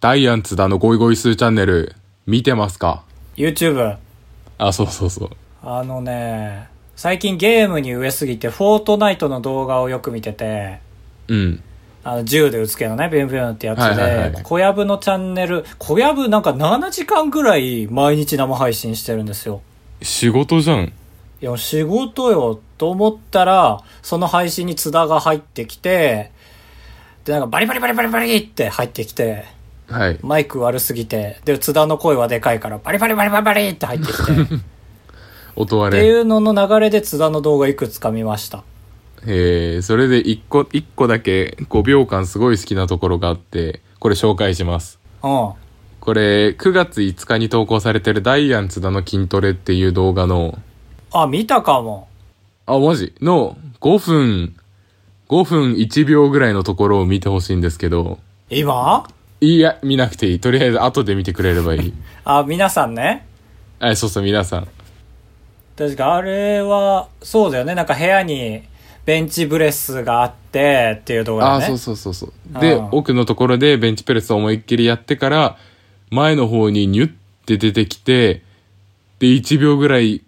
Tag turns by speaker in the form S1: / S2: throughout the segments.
S1: ダイアンツだのゴイゴイスーチャンネル、見てますか
S2: YouTube。
S1: あ、そうそうそう。
S2: あのね、最近ゲームに飢えすぎて、フォートナイトの動画をよく見てて、
S1: うん。
S2: あの、銃で撃つけどね、ビュンビュンってやつ
S1: はいはいはいは
S2: で
S1: い、
S2: 小籔のチャンネル、小籔なんか7時間ぐらい毎日生配信してるんですよ。
S1: 仕事じゃん。
S2: いや、仕事よと思ったら、その配信に津田が入ってきて、で、なんかバリバリバリバリバリって入ってきて、
S1: はい。
S2: マイク悪すぎて、で、津田の声はでかいから、バリバリバリバリバリって入ってきて、っ
S1: 音割
S2: てい
S1: れ。
S2: うのの流れで津田の動画いくつか見ました。
S1: えー、それで一個、一個だけ5秒間すごい好きなところがあって、これ紹介します。
S2: うん。
S1: これ、9月5日に投稿されてるダイアンツだの筋トレっていう動画の、
S2: あ、見たかも。
S1: あ、マジの5分、5分1秒ぐらいのところを見てほしいんですけど、
S2: 今
S1: いや、見なくていい。とりあえず後で見てくれれば いい。
S2: あ、皆さんね。
S1: あ、そうそう、皆さん。
S2: 確かあれは、そうだよね。なんか部屋にベンチブレスがあってっていう動
S1: あ
S2: 画
S1: あ、
S2: だ
S1: そう
S2: ね。
S1: そうそうそう。
S2: あ
S1: で
S2: ー、
S1: 奥のところでベンチプレスを思いっきりやってから、前の方にニュッて出てきて、で、1秒ぐらい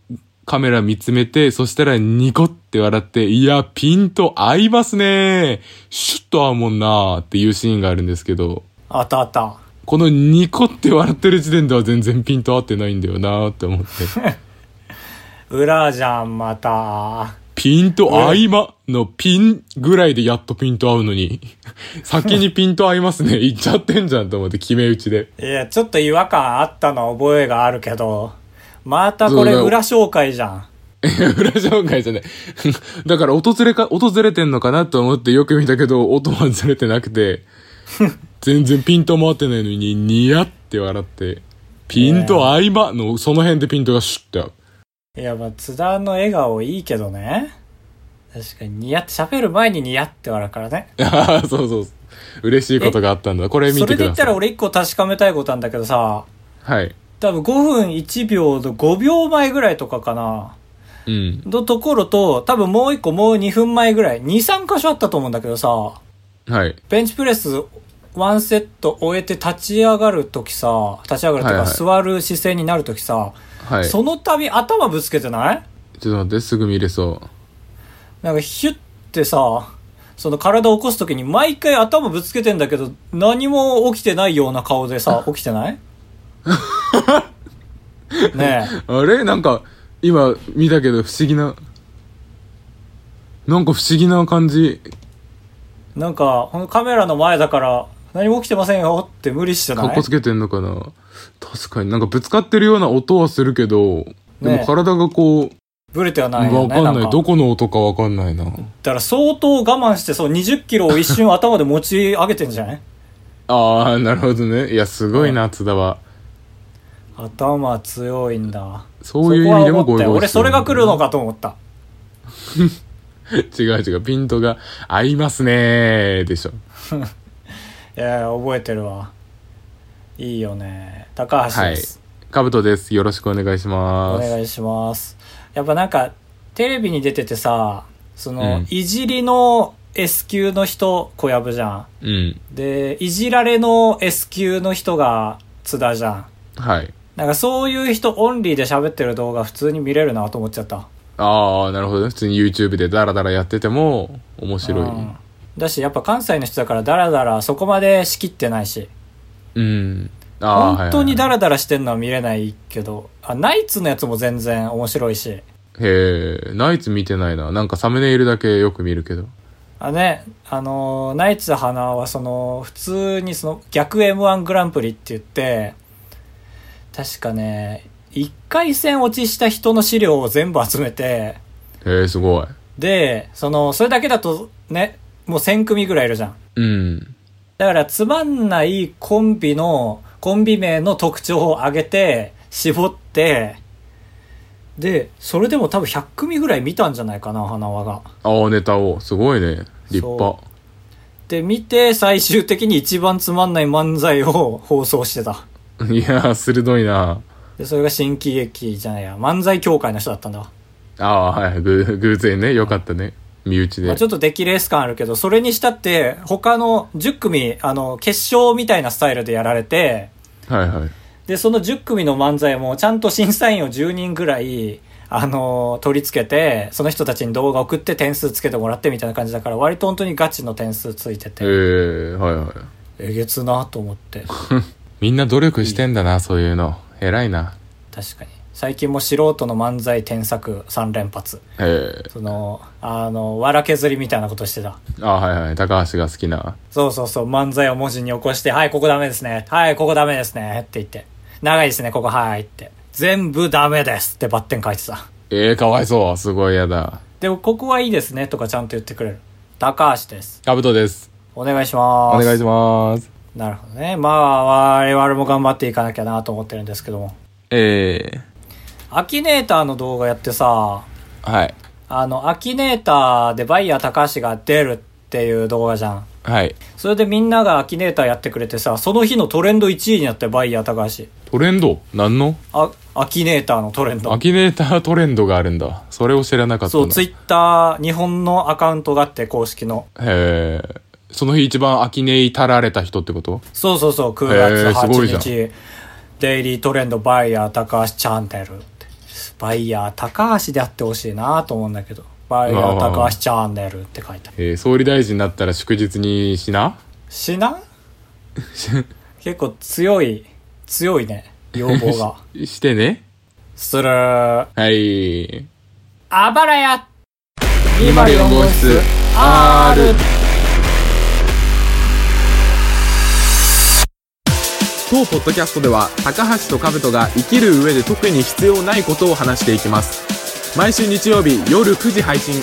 S1: カメラ見つめて、そしたらニコって笑って、いや、ピンと合いますねシュッと合うもんなーっていうシーンがあるんですけど、
S2: あったあった。
S1: このニコって笑ってる時点では全然ピンと合ってないんだよなーって思って。
S2: 裏じゃん、また。
S1: ピンと合間のピンぐらいでやっとピンと合うのに、 先にピンと合います ね。言っちゃってんじゃんと思って決め打ちで。
S2: いや、ちょっと違和感あったのは覚えがあるけど、またこれ
S1: そうだよ
S2: 裏紹介じゃん。
S1: 裏紹介じゃない。 だから訪れか、訪れてんのかなと思ってよく見たけど、音はずれてなくて、全然ピント回ってないのに、ニヤって笑って、ピンと合間の、その辺でピントがシュッて合う。
S2: いや、まあ、津田の笑顔いいけどね。確かに、ニヤって、喋る前にニヤって笑うからね。
S1: ああ、そうそうそう。嬉しいことがあったんだ。これ見
S2: そ
S1: て
S2: れ
S1: く
S2: で言
S1: だ
S2: った
S1: さ
S2: ら
S1: い。
S2: 俺一個確かめたいことなんだけどさ、
S1: はい。
S2: 多分5分1秒の5秒前ぐらいとかかな。
S1: うん。
S2: のところと、多分もう一個もう2分前ぐらい、2、3箇所あったと思うんだけどさ、
S1: はい。
S2: ベンチプレスワンセット終えて立ち上がるときさ、立ち上がると
S1: は
S2: か
S1: いはい
S2: 座る姿勢になるときさ、
S1: はい。ちょ
S2: その度頭ぶつけてない
S1: っと待って、すぐ見れそう。
S2: なんかヒュッてさ、その体を起こすときに毎回頭ぶつけてんだけど、何も起きてないような顔でさ、起きてない ね え。
S1: あれなんか、今見たけど不思議な、なんか不思議な感じ、
S2: なんか、このカメラの前だから、何も起きてませんよって無理して
S1: かっ
S2: ない
S1: こつけてんのかな確かになんかぶつかってるような音はするけど、で
S2: ね
S1: も体がこ
S2: ブレては
S1: う、
S2: ないよ
S1: わ
S2: ね。
S1: かん
S2: な
S1: ない。
S2: んか
S1: どこの音かわかんないな。
S2: だから相当我慢して、そう20キロを一瞬頭で持ち上げてんじゃない
S1: ああ、なるほどね。いや、すごいな、津田は。
S2: 頭強いんだ。
S1: そういう意味でも
S2: そこ
S1: ゴ
S2: は思っ
S1: イ
S2: たよ
S1: ゴイ
S2: 俺
S1: する
S2: それが来るのかと思った。
S1: 違う違う、ピントが合いますねーでしょ。
S2: いや、覚えてるわ。いいよね。高橋です。
S1: かぶとです。よろしくお願いしま
S2: お
S1: す。
S2: 願いします。やっぱなんか、テレビに出ててさ、その、
S1: うん
S2: いじりの S 級の人、小籔じゃん。
S1: うん。
S2: で、いじられの S 級の人が津田じゃん。
S1: はい。
S2: なんかそういう人オンリーで喋ってる動画普通に見れるなと思っちゃった。
S1: ああ、なるほどね。普通に YouTube でダラダラやってても面白い。
S2: うんだしやっぱ関西の人だからダラダラそこまで仕切ってないし
S1: うん。ああ、
S2: 本当にダ
S1: ラ、
S2: ラダラしてんのは見れないけどあナイツのやつも全然面白いし
S1: へえ、ナイツ見てないな。なんかサムネイルだけよく見るけど。
S2: あねあのーナイツ花はその普通にその逆 m 1グランプリって言って確かね1回戦落ちした人の資料を全部集めて
S1: へえ、すごい。
S2: でそのそれだけだとねもう1000組ぐらいいるじゃん
S1: うん。
S2: だからつまんないコンビの、コンビ名の特徴を挙げて、絞って、で、それでも多分100組ぐらい見たんじゃないかな、花輪が。
S1: ああ、ネタを。すごいね。立派
S2: そ。で、見て、最終的に一番つまんない漫才を放送してた。
S1: いやー、鋭いな。
S2: で、それが新喜劇じゃないや、漫才協会の人だったんだわ。
S1: ああ、はい。ぐ偶然ね。よかったね。身内
S2: ま
S1: で
S2: あ、ちょっと出来レース感あるけど、それにしたって、他の10組、あの、決勝みたいなスタイルでやられて、
S1: はいはい
S2: で、その10組の漫才も、ちゃんと審査員を10人ぐらい、あの、取り付けて、その人たちに動画送って点数つけてもらってみたいな感じだから、割と本当にガチの点数ついて
S1: ええ
S2: て、
S1: はいはい
S2: えげつなと思って。
S1: みんな努力してんだなそういうの偉いな
S2: 確かに。最近も素人の漫才添削3連発。
S1: ええ
S2: その、あの、藁削りみたいなことしてた。
S1: あはいはい高橋が好きな
S2: そうそうそう、漫才を文字に起こして、はい、ここダメですね。はい、ここダメですね。って言って。長いですね、ここ、はい、って。全部ダメですってバッテン書いてた。
S1: ええかわいそうすごいやだ
S2: でも、ここはいいですね、とかちゃんと言ってくれる。高橋です。
S1: カブトです
S2: お願いします。
S1: お願いします
S2: す。なるほどね。まあ、我々も頑張っていかなきゃなと思ってるんですけども。
S1: ええ
S2: アキネーターの動画やってさ、
S1: はい
S2: あの、アキネーターでバイヤー高橋が出るっていう動画じゃん。
S1: はい
S2: それでみんながアキネーターやってくれてさ、その日のトレンド1位になったよバイヤー高橋。
S1: トレンド何の
S2: あ、アキネーターのトレン
S1: ア
S2: ド。
S1: キネータートレンドがあるんだそれを知らなかった
S2: そう、
S1: な
S2: ツイッター、日本のアカウントがあって、公式の。
S1: へえその日一番アキネイたられた人ってこと
S2: そうそうそう、9
S1: へー
S2: 月
S1: すごいじゃん
S2: 8日、デイリートレンドバイヤー高橋チャンネルって。バイヤー高橋であってほしいなと思うんだけど。バイヤー高橋チャンネルって書いてある。
S1: えー総理大臣になったら祝日にしな
S2: し な結構強い、強いね、要 望が。
S1: してね
S2: するー。
S1: はい
S2: あばらや
S1: 204号室
S2: R!
S1: 当ポッドキャストでは高橋と兜が生きる上で特に必要ないことを話していきます毎週日曜日夜9時配信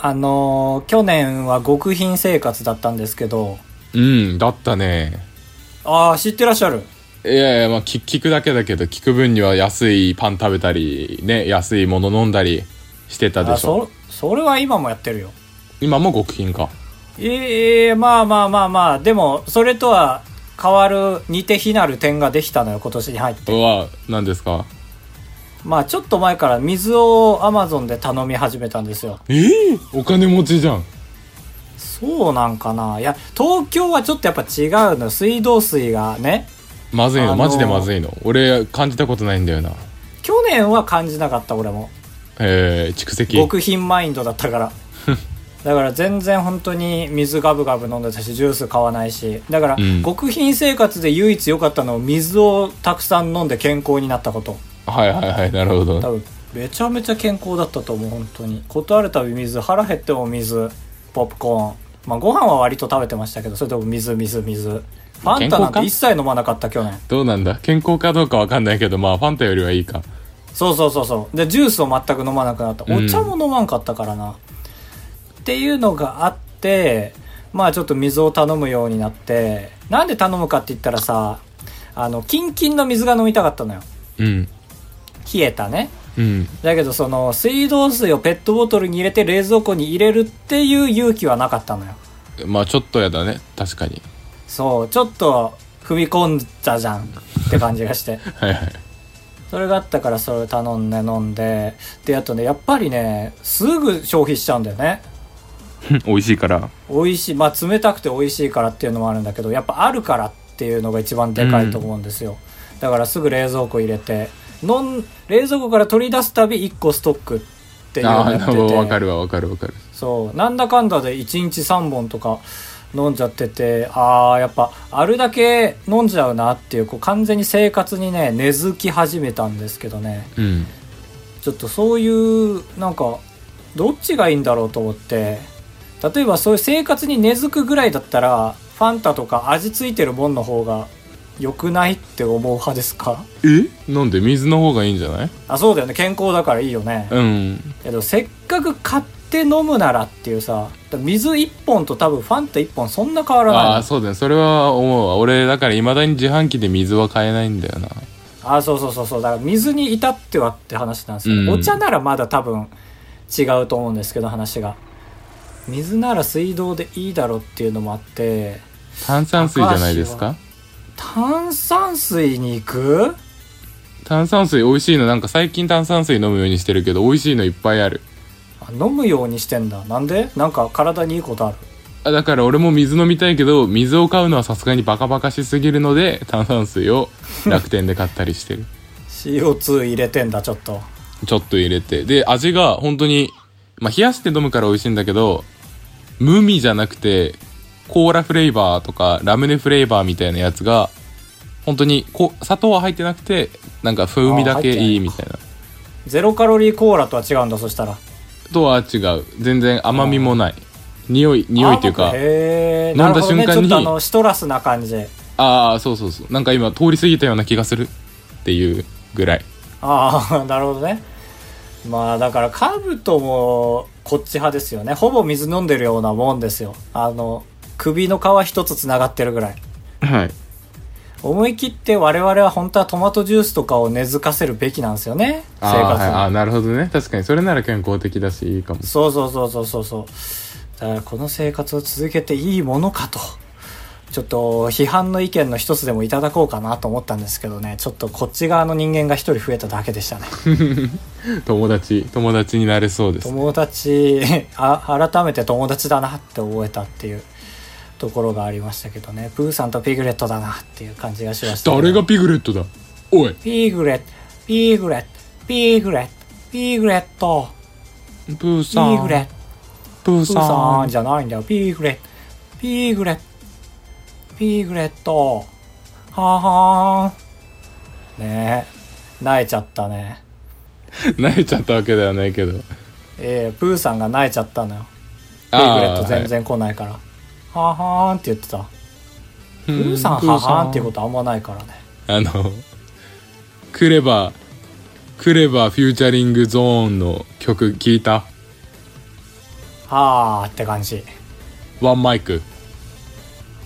S2: あのー去年は極貧生活だったんですけど、
S1: うんだったね
S2: ああ、知ってらっしゃる。
S1: いやいやまあ聞聞くだけだけど聞く分には安いパン食べたりね安いもの飲んだりしてたで
S2: あ
S1: しょ
S2: そ、それは今もやってるよ。
S1: 今も極貧か
S2: ええまあまあまあまあ、でも、それとは変わる、似て非なる点ができたのよ、今年に入って。
S1: は何ですか
S2: まあ、ちょっと前から水を Amazon で頼み始めたんですよ。
S1: ええお金持ちじゃん
S2: そうなんかないや、東京はちょっとやっぱ違うのよ。水道水がね、
S1: まずいの、
S2: あのー
S1: マジでまずいの俺感じたことないんだよな
S2: 去年は感じなかった、俺も。
S1: えー、蓄積
S2: 極貧マインドだったから だから全然本当に水ガブガブ飲んでたしジュース買わないしだから
S1: うん
S2: 極貧生活で唯一良かったのは水をたくさん飲んで健康になったこと
S1: はいはいはいなるほ
S2: 多
S1: ど
S2: 分めちゃめちゃ健康だったと思う本当に断るたび水腹減っても水ポップコーンまあご飯は割と食べてましたけどそれでも水水水ファンタなんて一切飲まなかった去年
S1: どうなんだ健康かどうかわかんないけどまあファンタよりはいいか
S2: そうそうそうそうでジュースを全く飲まなくなった
S1: うん
S2: お茶も飲まんかったからな、っていうのがあってまあちょっと水を頼むようになってなんで頼むかって言ったらさあのキンキンの水が飲みたかったのよ
S1: うん
S2: 冷えたね
S1: うん
S2: だけどその水道水をペットボトルに入れて冷蔵庫に入れるっていう勇気はなかったのよ
S1: まあちょっとやだね確かに
S2: そうちょっと踏み込んだじゃんって感じがして
S1: はいはい
S2: それがあったからそれを頼んで飲んでであとねやっぱりねすぐ消費しちゃうんだよね
S1: 美味しいから
S2: 美味しいまあ冷たくて美味しいからっていうのもあるんだけどやっぱあるからっていうのが一番でかいと思うんですよ、だからすぐ冷蔵庫入れて飲ん冷蔵庫から取り出すたび1個ストックっていうの
S1: あ
S2: を
S1: あー
S2: やっ
S1: な
S2: て
S1: るほどわか
S2: て
S1: るわわかるわかる
S2: そうなんだかんだで1日3本とか飲んじゃっててああやっぱあるだけ飲んじゃうなっていうこう完全に生活にね根付き始めたんですけどね
S1: うん
S2: ちょっとそういうなんかどっちがいいんだろうと思って例えばそういう生活に根付くぐらいだったらファンタとか味付いてるもんの方が良くないって思う派ですか
S1: えなんで水の方がいいんじゃない
S2: あそうだよね健康だからいいよね
S1: うん
S2: けどせっかく買って飲むならっていうさ水1本と多分ファンタ1本そんな変わらない
S1: ああーそうだねそれは思うわ俺だからいまだに自販機で水は買えないんだよな
S2: あそうそうそうそうだから水に至ってはって話なんですよ、
S1: うん
S2: お茶ならまだ多分違うと思うんですけど話が水なら水道でいいだろうっていうのもあって
S1: 炭酸水じゃないですか
S2: 炭酸水に行く
S1: 炭酸水美味しいのなんか最近炭酸水飲むようにしてるけど美味しいのいっぱいある
S2: あ飲むようにしてんだなんでなんか体にいいことある
S1: あだから俺も水飲みたいけど水を買うのはさすがにバカバカしすぎるので炭酸水を楽天で買ったりしてる
S2: CO2 入れてんだちょっと
S1: ちょっと入れてで味が本当にまあ冷やして飲むから美味しいんだけど無味じゃなくてコーラフレーバーとかラムネフレーバーみたいなやつが本当にこ砂糖は入ってなくてなんか風味だけいいみたいな
S2: ゼロカロリーコーラとは違うんだそしたら
S1: とは違う全然甘みもない匂い匂いっていう
S2: あ
S1: か
S2: へー
S1: 飲んだ瞬間に
S2: なるほどね、ちょっとあのシトラスな感じ
S1: ああそうそうそうなんか今通り過ぎたような気がするっていうぐらい
S2: ああ なるほどねまあだからカブトもこっち派ですよねほぼ水飲んでるようなもんですよあの首の皮一つつながってるぐらい
S1: はい
S2: 思い切って我々は本当はトマトジュースとかを根付かせるべきなんですよね生
S1: あ
S2: 活
S1: ー
S2: に、
S1: はいあーなるほどね確かにそれなら健康的だしいいかも
S2: そうそうそうそうそうそうだからこの生活を続けていいものかとちょっと批判の意見の一つでもいただこうかなと思ったんですけどねちょっとこっち側の人間が一人増えただけでしたね
S1: 友達友達になれそうです
S2: 友達 あ改めて友達だなって覚えたっていうところがありましたけどねプーさんとピグレットだなっていう感じがしましたけど
S1: 誰がピグレットだおい
S2: ピグレットピグレットピグレットピグレット
S1: プー
S2: ピ
S1: さん
S2: グレット
S1: プー
S2: プーさ
S1: さ
S2: ん
S1: ん
S2: じゃないんだよ。ピーグレット。ピーグレット。ピーグレット。はーはーん。ねえ。泣いちゃったね。
S1: 泣いちゃったわけではないけど
S2: ええプーさんが泣いちゃったのよ。ピーグレッ
S1: あ
S2: ト
S1: あ
S2: 全然来ないから。はーはーんって言ってた。
S1: プ
S2: プーさんは
S1: プ
S2: ー
S1: ーさん
S2: はーんっていうことあんまないからね。
S1: あのクレバクレバフューチャリングゾーンの曲聞いた
S2: はーって感じ。
S1: ワンマイク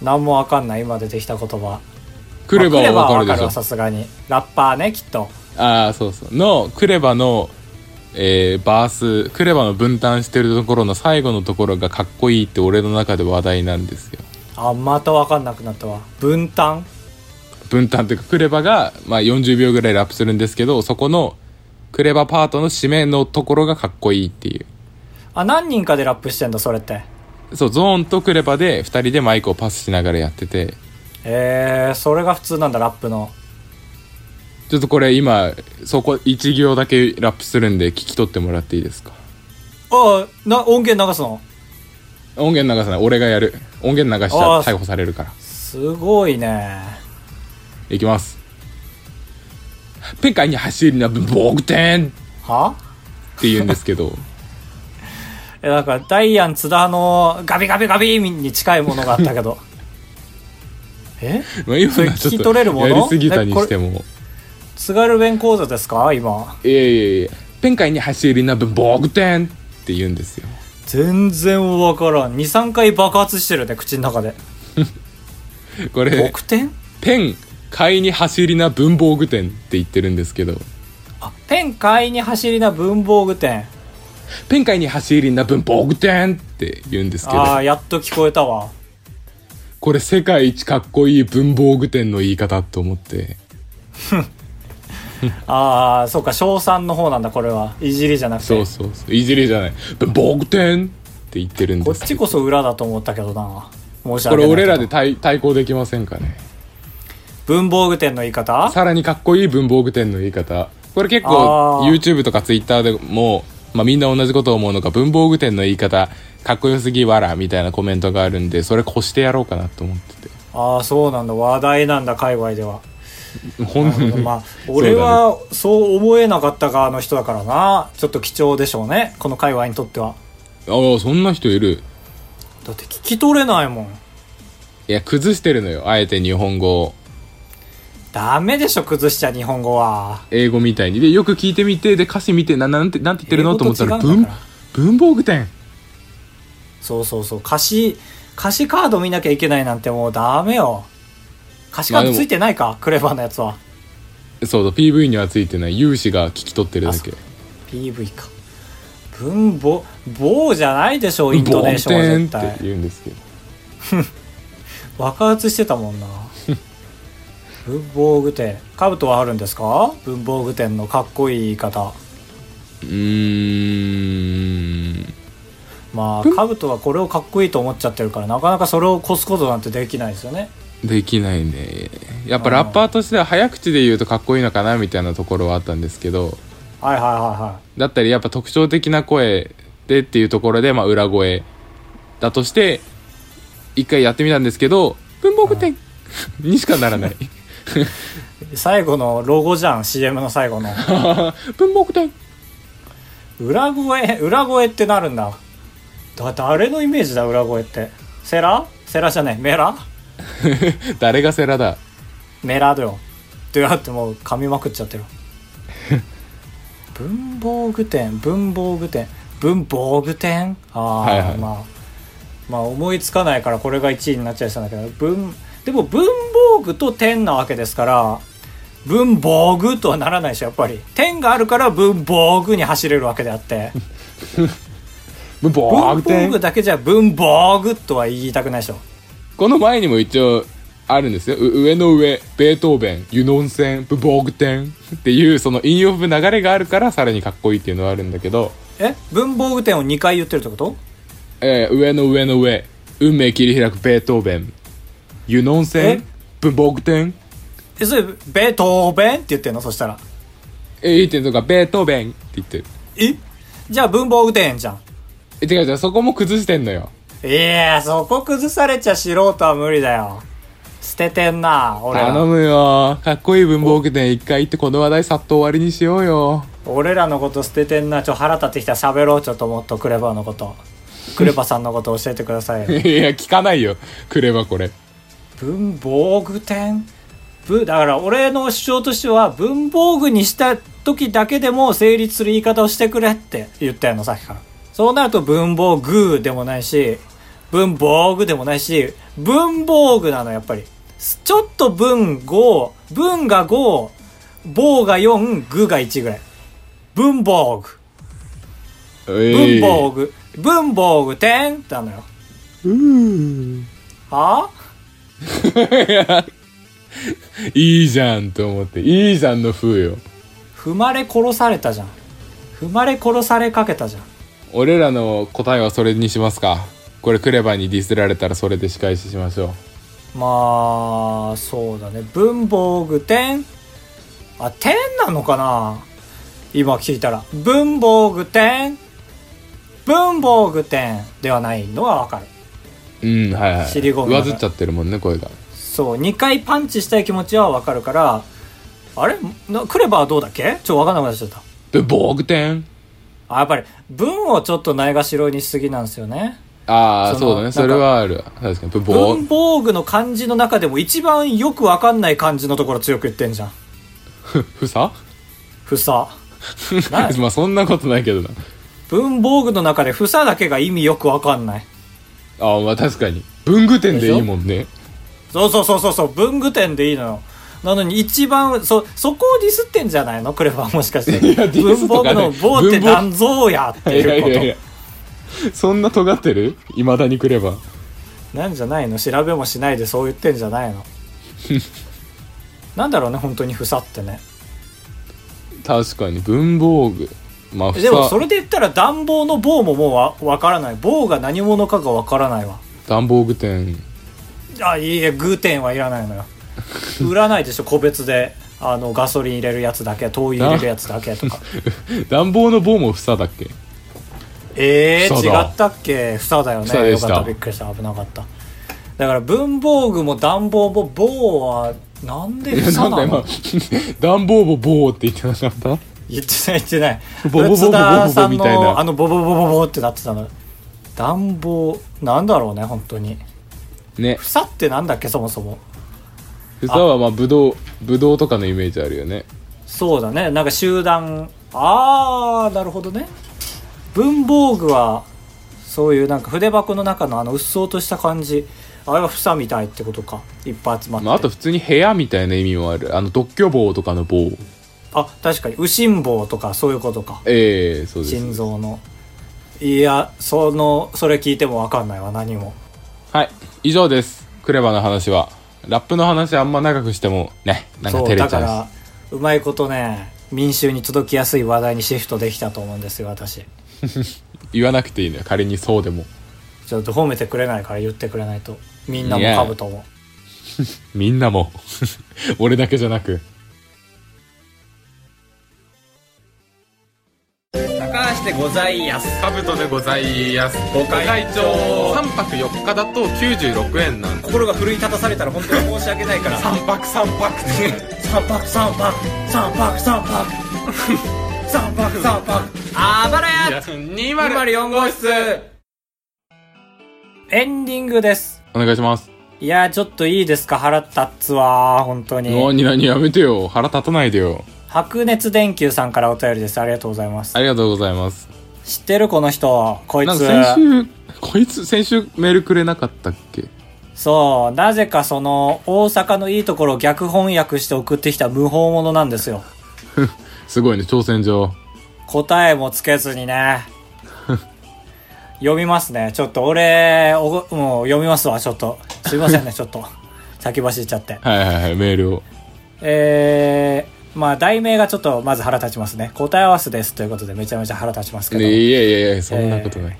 S2: なんもわかんない。今出てきた言葉。
S1: クレバはわかる
S2: まあクレバ
S1: でし
S2: は
S1: ょ
S2: わさすがに。ラッパーね、きっと。
S1: ああそうそうのクレバの、えーバースクレバの分担してるところの最後のところがかっこいいって俺の中で話題なんですよ
S2: あ、またわかんなくなったわ。分担
S1: 分担っていうかクレバが、まあ、40秒ぐらいラップするんですけどそこのクレバパートの締めのところがかっこいいっていう
S2: あ、何人かでラップしてんだ、それって。
S1: そうゾーンとクレバで2人でマイクをパスしながらやってて
S2: えー、それが普通なんだラップの
S1: ちょっとこれ今そこ1行だけラップするんで聞き取ってもらっていいですか
S2: ああな音源流すの
S1: 音源流さない俺がやる音源流したら
S2: あー
S1: 逮捕されるから
S2: すごいね
S1: いきます。ペンカに走りな僕点っ
S2: は
S1: て言うんです けど、
S2: えなんかダイアン津田のガビガビガビに近いものがあっ たけどえ
S1: まあ今のは
S2: それ
S1: ち
S2: 聞き
S1: ょっ
S2: 取れるも
S1: と
S2: の
S1: やりすぎたにしても、
S2: 津軽弁講座ですか今
S1: いやいやいや、ペンカに走りな僕点って言うんですよ。
S2: 全然わからん23回爆発してるね口の中で
S1: これ、
S2: 僕点
S1: ペン買いに走りな文房具店って言ってるんですけど、
S2: あペン買いに走りな文房具店
S1: ペンカに走りな文房具店って言うんですけど、
S2: ああやっと聞こえたわ
S1: これ世界一かっこいい文房具店の言い方と思って、
S2: ああそうか賞賛の方なんだこれはいじりじゃなくて
S1: そうそうそう、いじりじゃない、文房具店って言ってるんで
S2: こっ
S1: すけど
S2: ちこそ裏だと思ったけどな申し
S1: こ
S2: 訳な
S1: れ
S2: い
S1: 俺らで対対抗できませんかね
S2: 文房具店の言い方
S1: さらにかっこいい文房具店の言い方これ結構
S2: あー
S1: YouTube とか Twitter でも、まあ、みんな同じこと思うのか文房具店の言い方かっこよすぎわらみたいなコメントがあるんでそれ越してやろうかなと思って
S2: ああそうなんだ話題なんだ界隈 では
S1: てほん
S2: まあ俺はそう思えなかった側の人だからなちょっと貴重でしょうねこの界隈にとっては
S1: ああそんな人いる
S2: だって聞き取れないもん
S1: いや崩してるのよあえて日本語を
S2: ダメでしょ崩しちゃ日本語は
S1: 英語みたいにでよく聞いてみてで歌詞見てななんてなんて言ってるの
S2: 英語
S1: と
S2: と
S1: 思ったら
S2: 違うん
S1: 文
S2: だから
S1: 文房具店
S2: そうそうそう歌詞歌詞カード見なきゃいけないなんてもうダメよ歌詞カ
S1: まあ
S2: ー
S1: で
S2: ド
S1: も
S2: ついてないか、クレバーのやつは
S1: そうだ PV にはついてない有志が聞き取ってるだけ
S2: PV か文房棒じゃないでしょイン
S1: 文
S2: ト
S1: 房
S2: ネー
S1: 具
S2: ションは
S1: 店
S2: 絶
S1: って
S2: 対
S1: 言うんですけど
S2: 爆発してたもんな文房具店。カブトはあるんですか文房具店のかっこいい言い方。
S1: うーん
S2: ま
S1: う
S2: あ、
S1: ん
S2: カブトはこれをかっこいいと思っちゃってるから、なかなかそれを越すことなんてできないですよね。
S1: できないねやっぱラッパーとしては早口で言うとかっこいいのかなみたいなところはあったんですけど
S2: はいはいはいは
S1: だったりやっぱ特徴的な声でっていうところで、まあ、裏声だとして一回やってみたんですけど文房具店にしかなら ない
S2: い。最後のロゴじゃん、CM の最後の。
S1: 文房具店
S2: 裏声、裏声ってなるんだ。だ、誰のイメージだ、裏声って。セラセラじゃない、メラ
S1: 誰がセラだ
S2: メラだよ。ってやってもう噛みまくっちゃっ てる。文房具店、文房具店、文房具店ああ、
S1: はいはい
S2: まあ、まあ思いつかないからこれが1位になっちゃいそうだけど、文、でも文房具と店なわけですから、文房具とはならないでしょ、やっぱり。店があるから文房具に走れるわけであって。
S1: 文房具
S2: 文
S1: 店
S2: 房具だけじゃ文房具とは言いたくないでしょ。
S1: この前にも一応あるんですよう上の上ベートーベンユノンセン文房具店っていうその陰を踏む流れがあるからさらにかっこいいっていうのはあるんだけど、
S2: え文房具店を2回言ってるってこと
S1: えー上の上の上運命切り開くベートーベンユノンセ
S2: え
S1: ン文房具店
S2: え、それ、ベートーベンって言ってんのそしたら。
S1: えいいってとかベートーベンって言ってる
S2: えじゃあ文房具店じゃん。
S1: え違う違うそこも崩してんのよ
S2: いやー、そこ崩されちゃ素人は無理だよ。捨ててんな、俺
S1: 頼
S2: ら。
S1: むよかっこいい文房具店一回行ってこの話題さっと終わりにしようよ
S2: 俺らのこと捨ててんな、ちょ、腹立ってきた喋ろう、ちょっともっとクレバーのこと。クレバさんのこと教えてください
S1: い
S2: よ。
S1: や聞かないよくればこれ
S2: 文房具店ぶだから俺の主張としては、文房具にした時だけでも成立する言い方をしてくれって言ったよの、さっきから。そうなると文房具でもないし、文房具でもないし、文房具なの、やっぱり。すちょっと文5、文が5、棒が4、具が1ぐらい。文房具。文
S1: 文
S2: 房具。文房具点なのよ。
S1: うー
S2: はぁ、
S1: いいじゃんと思っていいじゃんの風よ
S2: 踏まれ殺されたじゃん踏まれ殺されかけたじゃん
S1: 俺らの答えはそれにしますかこれクレバにディスられたらそれで仕返ししましょ
S2: まあそうだね文房具店あ店なのかな今聞いたら文房具店文房具店ではないのはわかる
S1: ううんはいはい
S2: 尻込み
S1: 上ずっちゃってるもんね声が
S2: そう2回パンチしたい気持ちはわかるからあれなクレバはどうだっけちょっとわかんなくなっちゃった
S1: 文房具店
S2: あやっぱり文をちょっとないがしろにしすぎなんですよね
S1: ああ
S2: そ
S1: そ
S2: の
S1: うだ
S2: なん
S1: ね
S2: か
S1: それはある確かに文房
S2: 文房具の漢字の中でも一番よくわかんない漢字のところ強く言ってんじゃん。
S1: ふ ふさ
S2: ふさ。な
S1: まあそんなことないけどな
S2: 文房具の中でふさだけが意味よくわかんない。
S1: ああまあ確かに文具店でいいもんね
S2: そうそうそうそうそう、文具店でいいのよ。なのに一番、そ、そこをディスってんじゃないのクレバーもしかして。
S1: いやディスと
S2: 文房
S1: か
S2: 具
S1: ね
S2: の棒って
S1: 文房
S2: 何ぞやって
S1: いや
S2: い
S1: いう
S2: こ
S1: やいや
S2: と。
S1: そんな尖ってるいまだにクレバ
S2: なんじゃないの調べもしないでそう言ってんじゃな いのなんだろうね、本当にふさってね。
S1: 確かに文房具まあふ
S2: でも
S1: さ
S2: それで言ったら暖房の棒ももうわわからない。棒が何者かがわからないわ。
S1: 文房具店
S2: あいいえグーテンはいらないの よ売らないでしょ個別であのガソリン入れるやつだけ灯油入れるやつだけとか
S1: 暖房の棒も房だっけ
S2: えー、
S1: そう
S2: 違
S1: だ
S2: ったっけ房だよ
S1: 房
S2: ね
S1: で
S2: よ
S1: し
S2: か
S1: た
S2: ったびっくりした危なかっただから文房具も暖房も棒はなんで
S1: いやな
S2: 房
S1: んか
S2: な
S1: 今
S2: の
S1: 「暖房棒棒」って言ってなかった
S2: 言ってない言ってない
S1: ボボボボボボボ
S2: 津田さん
S1: みたいな
S2: のあのボボボボボってなってたの暖房なんだろうね本当に
S1: ね
S2: 房ってなんだっけそもそも
S1: 房はまあぶどうぶどうとかのイメージあるよね
S2: そうだねなんか集団あーなるほどね文房具はそういうなんか筆箱の中のあのうっそうとした感じあれは房みたいってことかいっぱい集まって、
S1: まあ、あと普通に部屋みたいな意味もあるあの独居棒とかの棒
S2: あ確かに右心房とかそういうことか
S1: ええそうです
S2: 心臓のいやそのそれ聞いても分かんないわ何も
S1: はい以上ですクレバの話はラップの話あんま長くしてもね、なんか
S2: そ
S1: 照
S2: う
S1: れ
S2: だ
S1: ちゃ
S2: か
S1: うし
S2: らうまいことね民衆に届きやすい話題にシフトできたと思うんですよ私
S1: 言わなくていいのよ。仮にそうでも。
S2: ちょっと褒めてくれないから言ってくれないとみんなもカブトも
S1: みんなも。 俺だけじゃなく。
S2: 高橋でございやす
S1: カブトでございます。ご
S2: 会長
S1: 3泊4日だと96円なんで。
S2: 心が奮い立たされたら本当に申し訳ないから三泊三泊三泊三泊三泊三泊三泊三泊あばらや
S1: 204号室
S2: エンディングです
S1: お願いします。
S2: いやーちょっといいですか腹立つわー本当に
S1: もうに何やめてよ。腹立たないでよ。
S2: 白熱電球さんからお便りですありがとうございます
S1: ありがとうございます。
S2: 知ってるこの人こい
S1: なん
S2: つ
S1: か先週、こいつ先週メールくれなかったっけ
S2: そうなぜかその大阪のいいところを逆翻訳して送ってきた無法者なんですよ
S1: すごいね、挑戦状。
S2: 答えもつけずにね 読みますねちょっと俺おごもう読みますわちょっとすいませんねちょっと先走っちゃって
S1: はいはいはい、メールを。
S2: えー、まあ題名がちょっとまず腹立ちますね答え合わせですということでめちゃめちゃ腹立ちますけど、
S1: ねいやいやいや、そんなことない。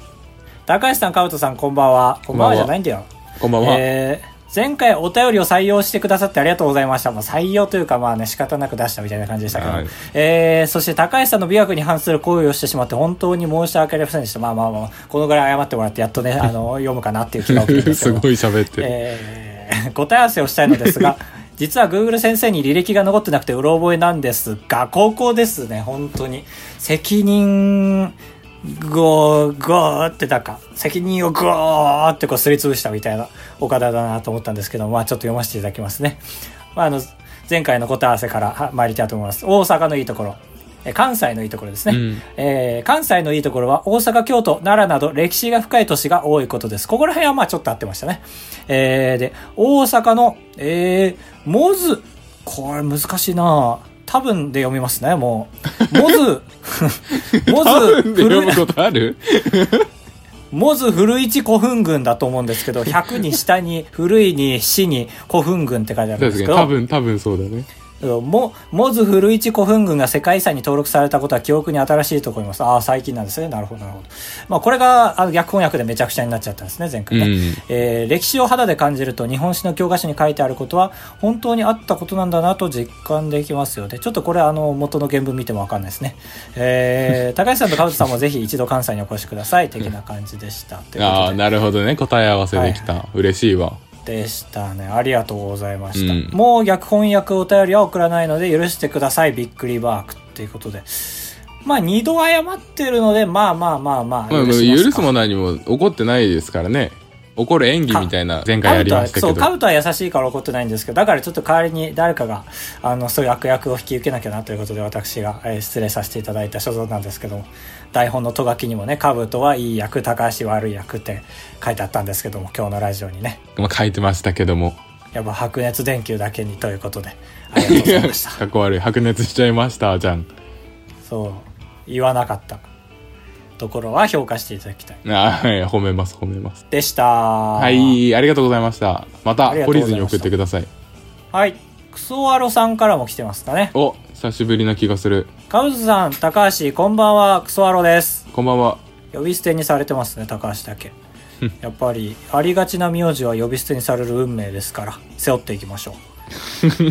S2: 高橋さんカウトさんこんばんはこんばんはじゃないんだよ
S1: こんばんは。
S2: えー前回お便りを採用してくださってありがとうございました。まあ、採用というか、まあね、仕方なく出したみたいな感じでしたけど。
S1: はい
S2: えーそして高橋さんの美学に反する行為をしてしまって本当に申し訳ありませんでした。まあまあまあ、このぐらい謝ってもらってやっとね、あの、読むかなっていう気が起きてます
S1: す
S2: けど。
S1: ごい喋ってる。
S2: えー答え合わせをしたいのです が、実は Google 先生に履歴が残ってなくてうろ覚えなんですが、高校ですね、本当に。責任、ゴー、ゴーってなんか、責任をゴーってこうすりつぶしたみたいな岡田だなと思ったんですけど、まあちょっと読ませていただきますね。まああの、前回の答え合わせからは参りたいと思います。大阪のいいところ。え関西のいいところですね、
S1: うん
S2: えー関西のいいところは大阪、京都、奈良など歴史が深い都市が多いことです。ここら辺はまあちょっと合ってましたね。えーで、大阪の、えー、モズ。これ難しいな多分で読みますね、もう。モズ。モ
S1: 多
S2: ズ
S1: 分で読
S2: 古
S1: む
S2: い、
S1: ことある
S2: モズ古市古墳群だと思うんですけど、100に下に、古いに死に古墳群って書いてあるんで
S1: 確
S2: す
S1: か
S2: け
S1: に、
S2: ど。
S1: 多分、多分そうだね。
S2: も、モズ古市古墳群が世界遺産に登録されたことは記憶に新しいと思います。ああ、最近なんですね。なるほど、なるほど。まあ、これが、あの、逆翻訳でめちゃくちゃになっちゃったんですね、前
S1: う
S2: 回ね。
S1: ん。
S2: えー歴史を肌で感じると日本史の教科書に書いてあることは本当にあったことなんだなと実感できますよね。ちょっとこれあの元の原文見てもわかんないですね。え ー高橋さんと川内さんもぜひ一度関西にお越しください的な感じでした。という
S1: あ
S2: こ
S1: あ、
S2: と
S1: なるほどね。答え合わせできた。嬉しいわ。
S2: でしたね。ありがとうございました。
S1: うん
S2: もう逆翻訳お便りは送らないので許してください。びっくりマークっていうことで。まあ二度謝ってるので、まあまあまあまあ
S1: まあ、
S2: 許
S1: 許
S2: しますか
S1: すも何も怒ってないですからね。怒る演技みたいな前回やりましたけ
S2: カブトはそう、カ
S1: ど。
S2: ブトは優しいから怒ってないんですけど、だからちょっと代わりに誰かが、あの、そういう悪役を引き受けなきゃなということで、私が、えー失礼させていただいた所存なんですけども、台本のと書きにもね、カブトはいい役、高橋悪い役って書いてあったんですけども、今日のラジオにね。
S1: まあ、書いてましたけども。
S2: やっぱ白熱電球だけにということで、ありがとうございました。
S1: かっこ悪い。白熱しちゃいました、じゃん。
S2: そう、言わなかったところは評価していただきたい。
S1: あーはい、褒めます、褒めます。
S2: でした。
S1: は、
S2: はい
S1: ありがとうございました。また
S2: あり、がと
S1: 懲
S2: うござ
S1: り
S2: いま
S1: ずに
S2: した
S1: 送ってください。
S2: はい。クソワロさんからも来てますかね。
S1: お、久しぶりな気がする。
S2: カウズさん、高橋、こんばんは、クソアロです。
S1: こんばんは。
S2: 呼び捨てにされてますね、高橋だけ。やっぱり、ありがちな名字は呼び捨てにされる運命ですから、背負っていきましょう。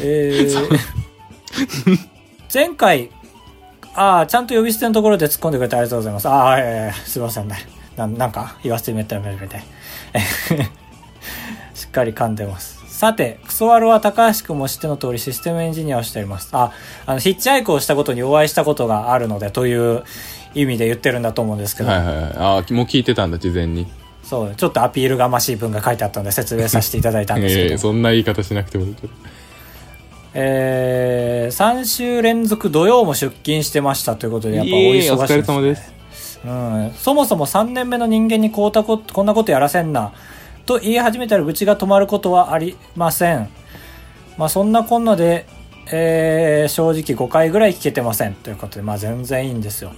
S2: えー前回、ああ、ちゃんと呼び捨てのところで突っ込んでくれてありがとうございます。ああ、ええすいませんね。ななんか、言わせて みたいなみたい。しっかり噛んでます。さて、クソワロは高橋くんも知っての通りシステムエンジニアをしております。あ、あの、ヒッチハイクをしたことにお会いしたことがあるので、という意味で言ってるんだと思うんですけど、
S1: はいはいはい。あーもう聞いてたんだ、事前に。
S2: そう、ちょっとアピールがましい文が書いてあったので説明させていただいたんですけ
S1: え
S2: ど、
S1: え、そんな言い方しなくてもいいけど。
S2: えー、3週連続土曜も出勤してましたということで、やっぱお忙しい
S1: ええお疲れ様です。
S2: うん、そもそも3年目の人間にこうたここんなことやらせんなと言い始めたら愚痴が止まることはありません。まあそんなこんなで、えー正直5回ぐらい聞けてませんということで、まあ全然いいんですよ。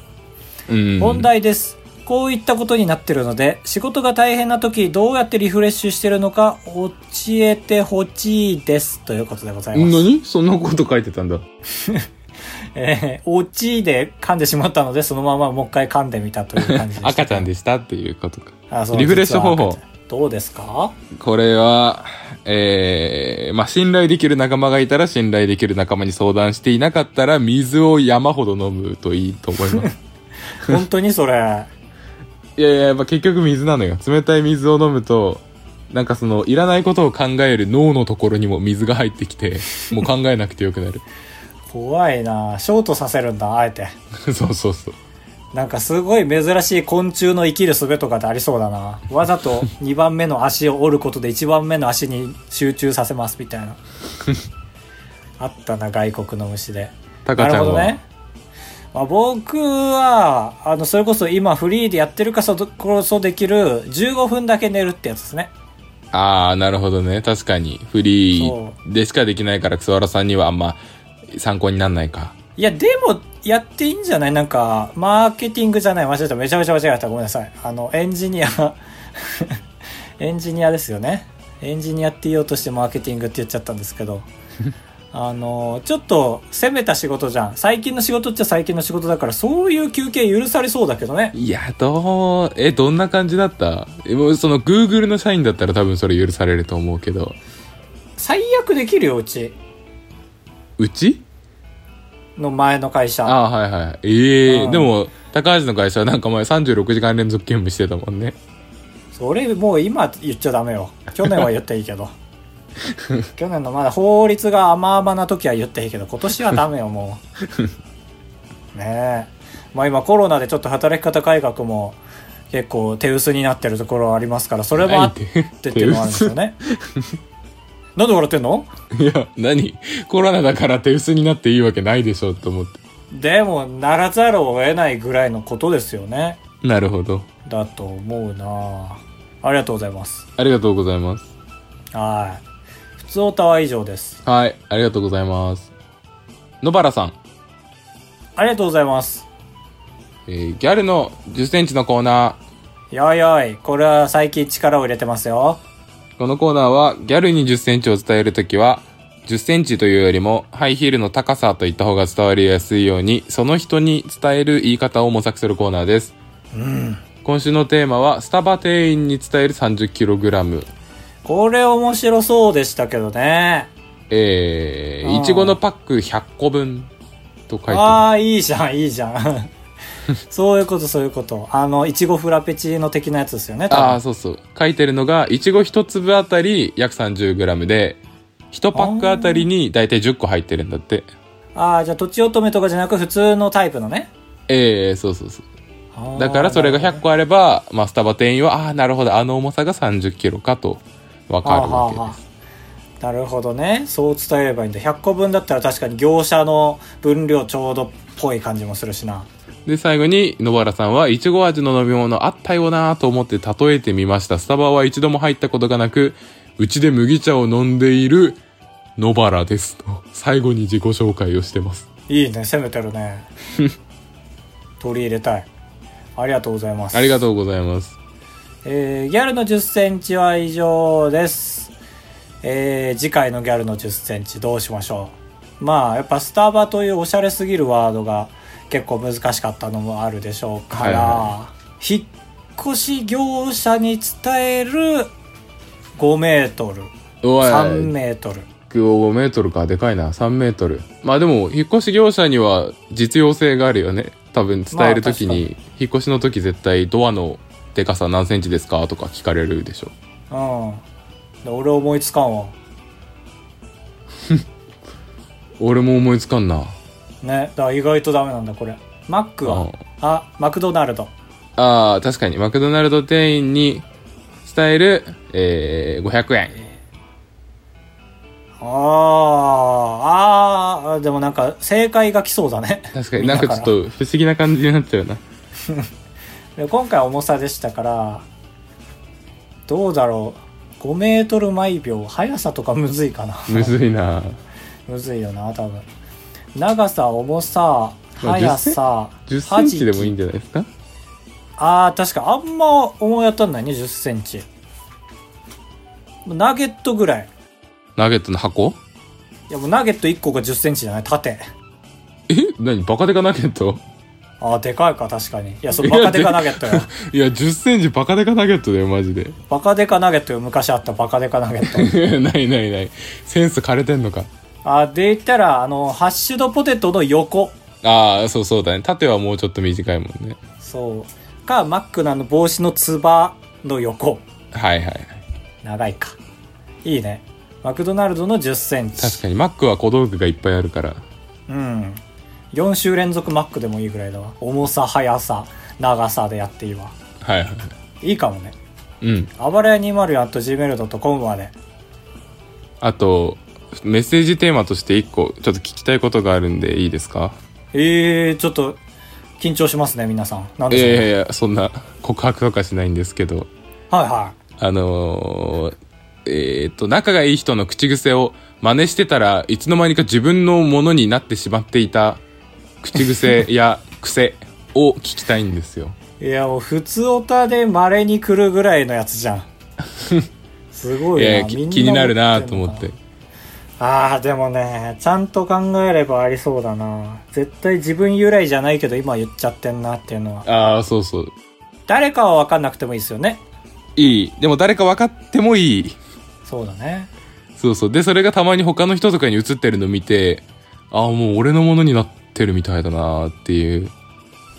S1: うん。
S2: 問題です。こういったことになってるので、仕事が大変な時どうやってリフレッシュしてるのか、教えてほしいです。ということでございます。
S1: 何そんなこと書いてたんだ。
S2: えー、落ちで噛んでしまったので、そのままもう一回噛んでみたという感じでした。
S1: 赤ちゃんでしたっていうことか。
S2: あそう
S1: リフレッシュ方法
S2: 実は赤ちゃんどうですか
S1: これは、えー、まあ、信頼できる仲間がいたら信頼できる仲間に相談していなかったら水を山ほど飲むといいと思います。
S2: 本当にそれ。
S1: いやいや、やっぱ結局水なのよ。冷たい水を飲むと、なんかその、いらないことを考える脳のところにも水が入ってきて、もう考えなくてよくなる。
S2: 怖いなショートさせるんだ、あえて。
S1: そうそうそう。
S2: なんかすごい珍しい昆虫の生きる術とかってありそうだな。わざと2番目の足を折ることで1番目の足に集中させますみ たいな。あったな、外国の虫で。
S1: タカ
S2: な
S1: ち
S2: る
S1: ゃ
S2: ほ
S1: ん
S2: ど
S1: は。
S2: ね。まあ、僕は、あの、それこそ今フリーでやってるからこそできる15分だけ寝るってやつですね。
S1: ああ、なるほどね。確かに。フリーでしかできないから、クソワラさんにはあんま参考になんないか。
S2: いや、でも、やっていいんじゃないなんか、マーケティングじゃない。間違えた。めちゃめちゃ間違えた。ごめんなさい。あの、エンジニア、 エンジニアですよね。エンジニアって言おうとしてマーケティングって言っちゃったんですけど。あの、ちょっと攻めた仕事じゃん。最近の仕事っちゃ最近の仕事だから、そういう休憩許されそうだけどね。
S1: いや、どう、え、どんな感じだったえもうその、Google の社員だったら多分それ許されると思うけど。
S2: 最悪できるよ、うち
S1: うち
S2: の前の会社。
S1: ああ、はいはい。ええ
S2: うん
S1: でも、高橋の会社はなんか前36時間連続勤務してたもんね。
S2: それもう今言っちゃダメよ去年は言っていいけど去年のまだ法律が甘々な時は言っていいけど今年はダメよもうねえまあ今コロナでちょっと働き方改革も結構手薄になってるところはありますからそれはあっ
S1: 何言
S2: てっていうのはあるんですよねなんで笑ってんの
S1: いや、何コロナだから手薄になっていいわけないでしょうと思って。
S2: でもならざるを得ないぐらいのことですよね
S1: なるほど。
S2: だと思うなありがとうございます
S1: ありがとうございます。
S2: はい普通オタは以上です
S1: はい、ありがとうございます。野原さん、
S2: ありがとうございます
S1: えーギャルの10センチのコーナ
S2: よいよい、これは最近力を入れてますよ。
S1: ー。このコーナーは、ギャルに10センチを伝えるときは、10センチというよりも、ハイヒールの高さといった方が伝わりやすいように、その人に伝える言い方を模索するコーナーです。
S2: うん。
S1: 今週のテーマは、スタバ店員に伝える 30kg。
S2: これ面白そうでしたけどね。
S1: え
S2: あ
S1: ー、
S2: ー
S1: いちごのパック100個分と書いてま
S2: ああ、いいじゃん、いいじゃん。 そういうこと、そういうこと。あの、いちごフラペチーノ的なやつですよね、
S1: す。
S2: 多
S1: ああー、
S2: 分。
S1: そうそう。書いてるのが、いちご1粒あたり約 30g で、1パックあたりに大体10個入ってるんだって。
S2: ああー、じゃあ、とちおとめとかじゃなく、普通のタイプのね。
S1: ええそうそうそう。
S2: あー
S1: だからそれが
S2: なる
S1: 100個あれば、まあ、スタバ店員は、ああ、なるほど、あの重さが3 0キロかと、わ
S2: ほど
S1: かるわけ
S2: はあはあ
S1: で
S2: はあなるほどね。そう伝えればいいんだ。100個分だったら確かに業者の分量ちょうどっぽい感じもするしな。
S1: す。で、最後に、野原さんは、いちご味の飲み物あったよなぁと思って例えてみました。スタバは一度も入ったことがなく、うちで麦茶を飲んでいる野原ですと、最後に自己紹介をしてます。
S2: いいね、攻めて るね。取り入れたい。ありがとうございます。
S1: ありがとうございます。
S2: えーギャルの10センチは以上です。えー次回のギャルの10センチどうしましょう。まあ、やっぱスタバというおしゃれすぎるワードが結構難しかったのもあるでしょうから、
S1: は
S2: 引っ越し業者に伝える5メートル、
S1: おい、
S2: 3メートル。
S1: 5メートルか、でかいな、3メートル。まあでも、引っ越し業者には実用性があるよね。多分伝えるとき
S2: まあ
S1: に、引っ越しのとき絶対ドアのでかさ何センチですかとか聞かれるでしょ。
S2: うん。で俺思いつかんわ。
S1: 俺も思いつかんな。
S2: ね、だから意外とダメなんだ、これ。マック
S1: うん
S2: はあ、マクドナルド。
S1: ああ、確かに、マクドナルド店員に伝える、えー、500円。
S2: ああ、ああ、でもなんか正解が来そうだね。
S1: 確かに
S2: み
S1: なんかちょっと不思議な感じになっちゃうな。
S2: ら。で今回は重さでしたから、どうだろう。5メートル毎秒。速さとかむずいかな。
S1: むずいな。
S2: むずいよな、多分。長さ、重さ、
S1: まあ
S2: 速さ、
S1: 10センチでもいいん
S2: 弾
S1: じゃないですか
S2: きああ、確かあんま思い当たんないね、10センチ。もうナゲットぐらい。
S1: ナゲットの箱
S2: いやもうナゲット1個が10センチじゃない縦。
S1: え何バカデカナゲット
S2: ああ、でかいか、確かに。いや、そ
S1: い
S2: れ
S1: や
S2: バカデカナゲットよ。
S1: いや、10センチバカデカナゲットだよ、マジで。
S2: バカデカナゲットよ、昔あったバカデカナゲッ ト。
S1: ないないない。センス枯れてんのか。
S2: あーで言ったら、あの、ハッシュドポテトの横。
S1: ああ、そうそうだね。縦はもうちょっと短いもんね。
S2: そう。か、マックなの帽子のつばの横。
S1: はいはいはい。
S2: 長いか。いいね。マクドナルドの10センチ。
S1: 確かに、マックは小道具がいっぱいあるから。
S2: うん。4週連続マックでもいいぐらいだわ。重さ、速さ、長さでやっていいわ。
S1: はいはいはい
S2: いいかもね。
S1: い。うん。
S2: 暴れ屋 204.gmail.com まで。
S1: あと、メッセージテーマとして一個、ちょっと聞きたいことがあるんでいいですか
S2: えー、ちょっと、緊張しますね、皆さん。なん
S1: い
S2: でし
S1: や
S2: ょう
S1: い
S2: ね、
S1: やいや、そんな告白とかしないんですけど、
S2: はいは
S1: あのーえーっと、仲がいい人の口癖を真似してたらいつの間にか自分のものになってしまっていた口癖や癖を聞きたいんですよ。
S2: い。いや、もう、普通オタで稀に来るぐらいのやつ じゃん。すご
S1: い
S2: いな。
S1: やいや、
S2: みん
S1: き気になるなと思っ
S2: 持んの
S1: て
S2: か。な。あー、でもね、ちゃんと考えればありそうだな。絶対自分由来じゃないけど、今言っちゃってんなっていうのは。
S1: ああ、そうそう。
S2: 誰かは分かんなくてもいいですよね。
S1: いい。でも誰か分かってもいい。
S2: そうだね。
S1: そうそう。で、それがたまに他の人とかに映ってるの見て、ああ、もう俺のものになってるみたいだなっていう。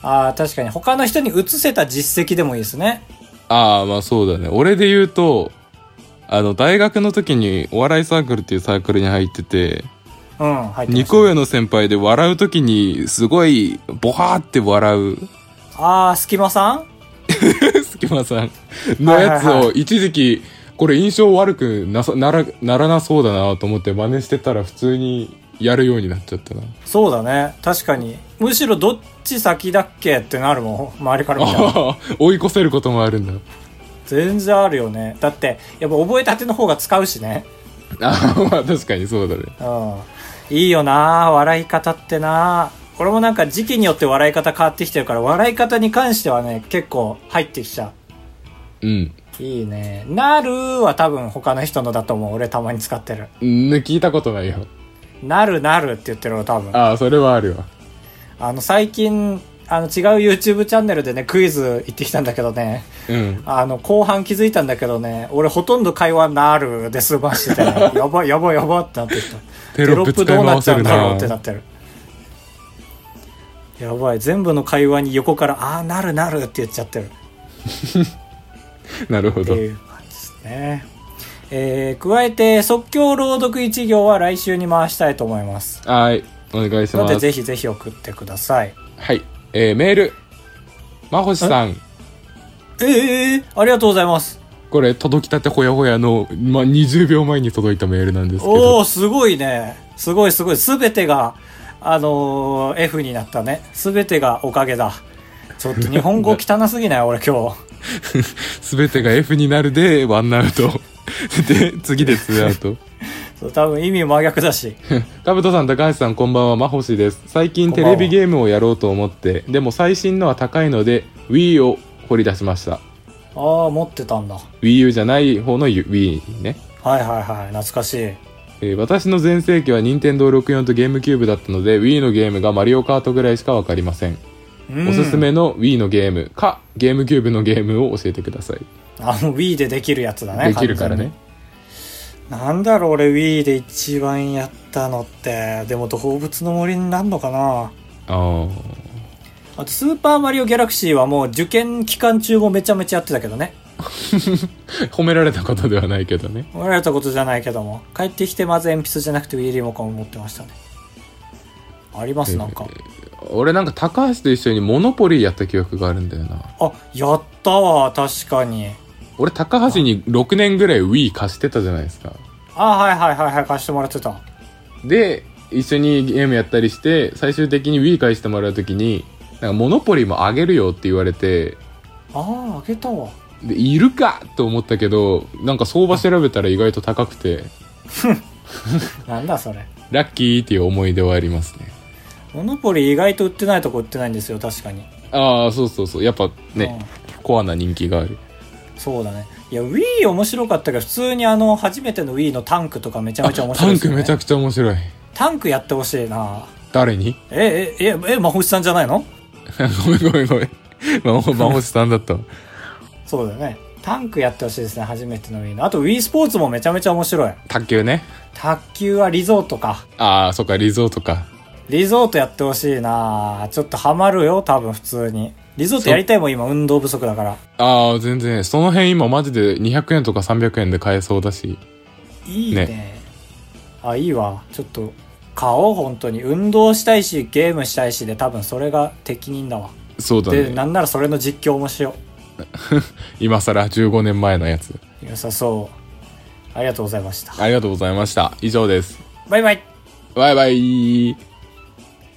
S2: ああ、確かに。他の人に移せた実績でもいいですね。
S1: ああ、まあそうだね。俺で言うと、あの、大学の時にお笑いサークルっていうサークルに入ってて、
S2: うん、入ってま
S1: 二
S2: す
S1: 個上の先輩で笑う時にすごいボハーって笑う
S2: ああ、隙間さん
S1: 隙間さんのやつ
S2: はいはい
S1: を
S2: は
S1: 一時期これ印象悪くなさならならなそうだなと思って真似してたら普通にやるようになっちゃったな
S2: そうだね。確かに。むしろどっち先だっけってなるもん。周りから見たら。
S1: あ ー追い越せることもあるんだ
S2: 全然あるよね。だって、やっぱ覚えたての方が使うしね。
S1: あ ーまあ確かにそうだね
S2: うん。いいよな笑い方ってな俺もなんか時期によって笑い方変わってきてるから、笑い方に関してはね、結構入ってきちゃ
S1: うん
S2: う。いいね。なるは多分他の人のだと思う。俺たまに使ってる。
S1: ね聞いたことないよ
S2: なるなるって言ってるの多分。
S1: ああそれはあるわ
S2: あの、最近、あの、違う YouTube チャンネルでね、クイズ行ってきたんだけどね、
S1: うん
S2: あの、後半気づいたんだけどね、俺ほとんど会話なるで済 ましてて、やばいやばいやばってなってきた。
S1: テロップ
S2: どうなっちゃうんだろうっ
S1: 使
S2: て
S1: い
S2: な
S1: 回
S2: ってる。やばい、全部の会話に横から、ああ、なるなるって言っちゃってる。
S1: なるほ
S2: って
S1: ど
S2: いう感じですね。えー、加えて、即興朗読一行は来週に回したいと思います。
S1: はいお願いし
S2: の
S1: ま
S2: で、
S1: す
S2: ぜひぜひ送ってください。
S1: はいえーメールまほしさん
S2: ええー、ありがとうございます。
S1: これ届きたてほやほやの、まあ、20秒前に届いたメールなんですけ
S2: お
S1: ど
S2: おすごいねすごいすごい全てがあのー F になったね全てがおかげだちょっと日本語汚すぎ ない俺今日
S1: 全てが F になるでワンアウト で次でツ ーアウト
S2: そう多分意味真逆だし
S1: かぶとさん高橋さんこんばんはまほしです最近
S2: こん
S1: テ
S2: ばんは
S1: レビゲームをやろうと思ってでも最新のは高いので Wii を掘り出しました
S2: ああ持ってたんだは
S1: WiiU じゃない方の Wii ね
S2: いはいはい懐かしい
S1: えー私の全盛期は任天堂64とゲームキューブだったので Wii のゲームがマリオカートぐらいしかわかりません、
S2: うん
S1: おすすめの Wii のゲームかゲームキューブのゲームを教えてください、
S2: あの Wii でできるやつだね
S1: できるからね
S2: 完全になんだろう俺 Wii で一番やったのってでも動物の森になんのかな
S1: あ
S2: あとスーパーマリオギャラクシーはもう受験期間中もめちゃめちゃやってたけどね
S1: あ褒められたことではないけどね
S2: 思られたことじゃないけども帰ってきてまず鉛筆じゃなくてウィーリモコンを持ってましたねありますなんか
S1: 俺なんか高橋と一緒にモノポリーやった記憶があるんだよな
S2: あやったわ確かに
S1: 俺高橋に6年ぐらい Wii 貸してたじゃないですか
S2: あはいはいはいはい貸してもらってた
S1: で一緒にゲームやったりして最終的に Wii 返してもらう時になんかモノポリーもあげるよって言われて
S2: あああげたわ
S1: でいるかと思ったけどなんか相場調べたら意外と高くて
S2: なんだそれ
S1: ラッキーっていう思い出はありますね
S2: モノポリ意外と売ってないとこ売ってないんですよ確かに
S1: ああそうそうそうやっぱね、コアな人気がある
S2: そうだねいや Wii 面白かったけど普通にあの初めての Wii のタンクとかめちゃめちゃ面白
S1: タ
S2: い
S1: ン
S2: です
S1: ク
S2: よね、
S1: めちゃくちゃ面白い
S2: タンクやってほしいな
S1: 誰に
S2: ええええまほしさんじゃないの
S1: ごめんごめんごめんまほまほしさんだったわ
S2: そうだよねタンクやってほしいですね初めての Wii のあと Wii スポーツもめちゃめちゃ面白い
S1: 卓球ね
S2: 卓球はリゾートか
S1: ああそっかリゾートか
S2: リゾートやってほしいなちょっとハマるよ多分普通にリゾートやりたいもん今運動不足だから
S1: ああ全然その辺今マジで200円とか300円で買えそうだし
S2: いいね
S1: ね
S2: あいいわちょっと買おう本当に運動したいしゲームしたいしで多分それが適任だわ
S1: そうだ
S2: で
S1: ね
S2: なんならそれの実況もしよ
S1: 今更15年前のやつ
S2: う良さそうありがとうございました
S1: ありがとうございました以上です
S2: バイバイ
S1: バイバイ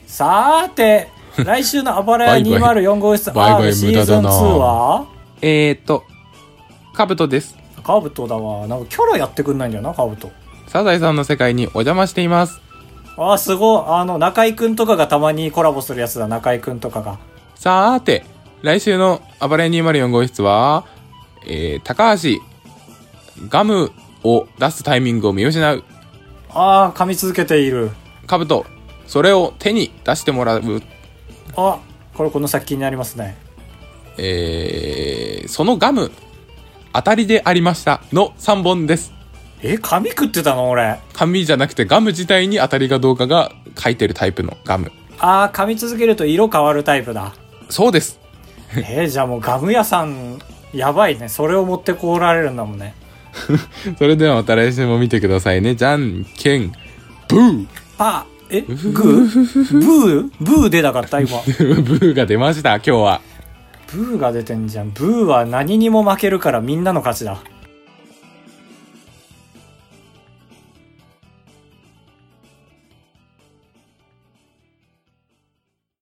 S2: さー て来週の「あばらや
S1: バイバイ
S2: 204号室
S1: バイバイ
S2: R シー
S1: 無駄
S2: ズン
S1: だ
S2: 2
S1: な
S2: は
S1: えー、っとカブトです
S2: カブトだわなんかキャラやってくんないんだよなカブト
S1: サザエさんの世界にお邪魔しています
S2: あーすごいあの中居くんとかがたまにコラボするやつだ中居くんとかが
S1: さーて来週の「あばれ204号室は」えー、高橋ガムを出すタイミングを見失う
S2: ああ噛み続けている
S1: カブトそれを手に出してもらう
S2: あこれこの先になりますね
S1: えー、そのガム、当たりでありましたの3本です。
S2: え髪食ってたの俺
S1: 紙じゃなくてガム自体に当たりかどうかが書いてるタイプのガム。
S2: ああ噛み続けると色変わるタイプだ
S1: そうです。
S2: えー、じゃあもうガム屋さんやばいねそれを持ってこられるんだもんね
S1: それではまた来週も見てくださいね。じゃんけん、ブー
S2: パーえグーブーブー出なかった今
S1: ブーが出ました、今日は。
S2: ブーが出てんじゃんブーは何にも負けるからみんなの勝ちだ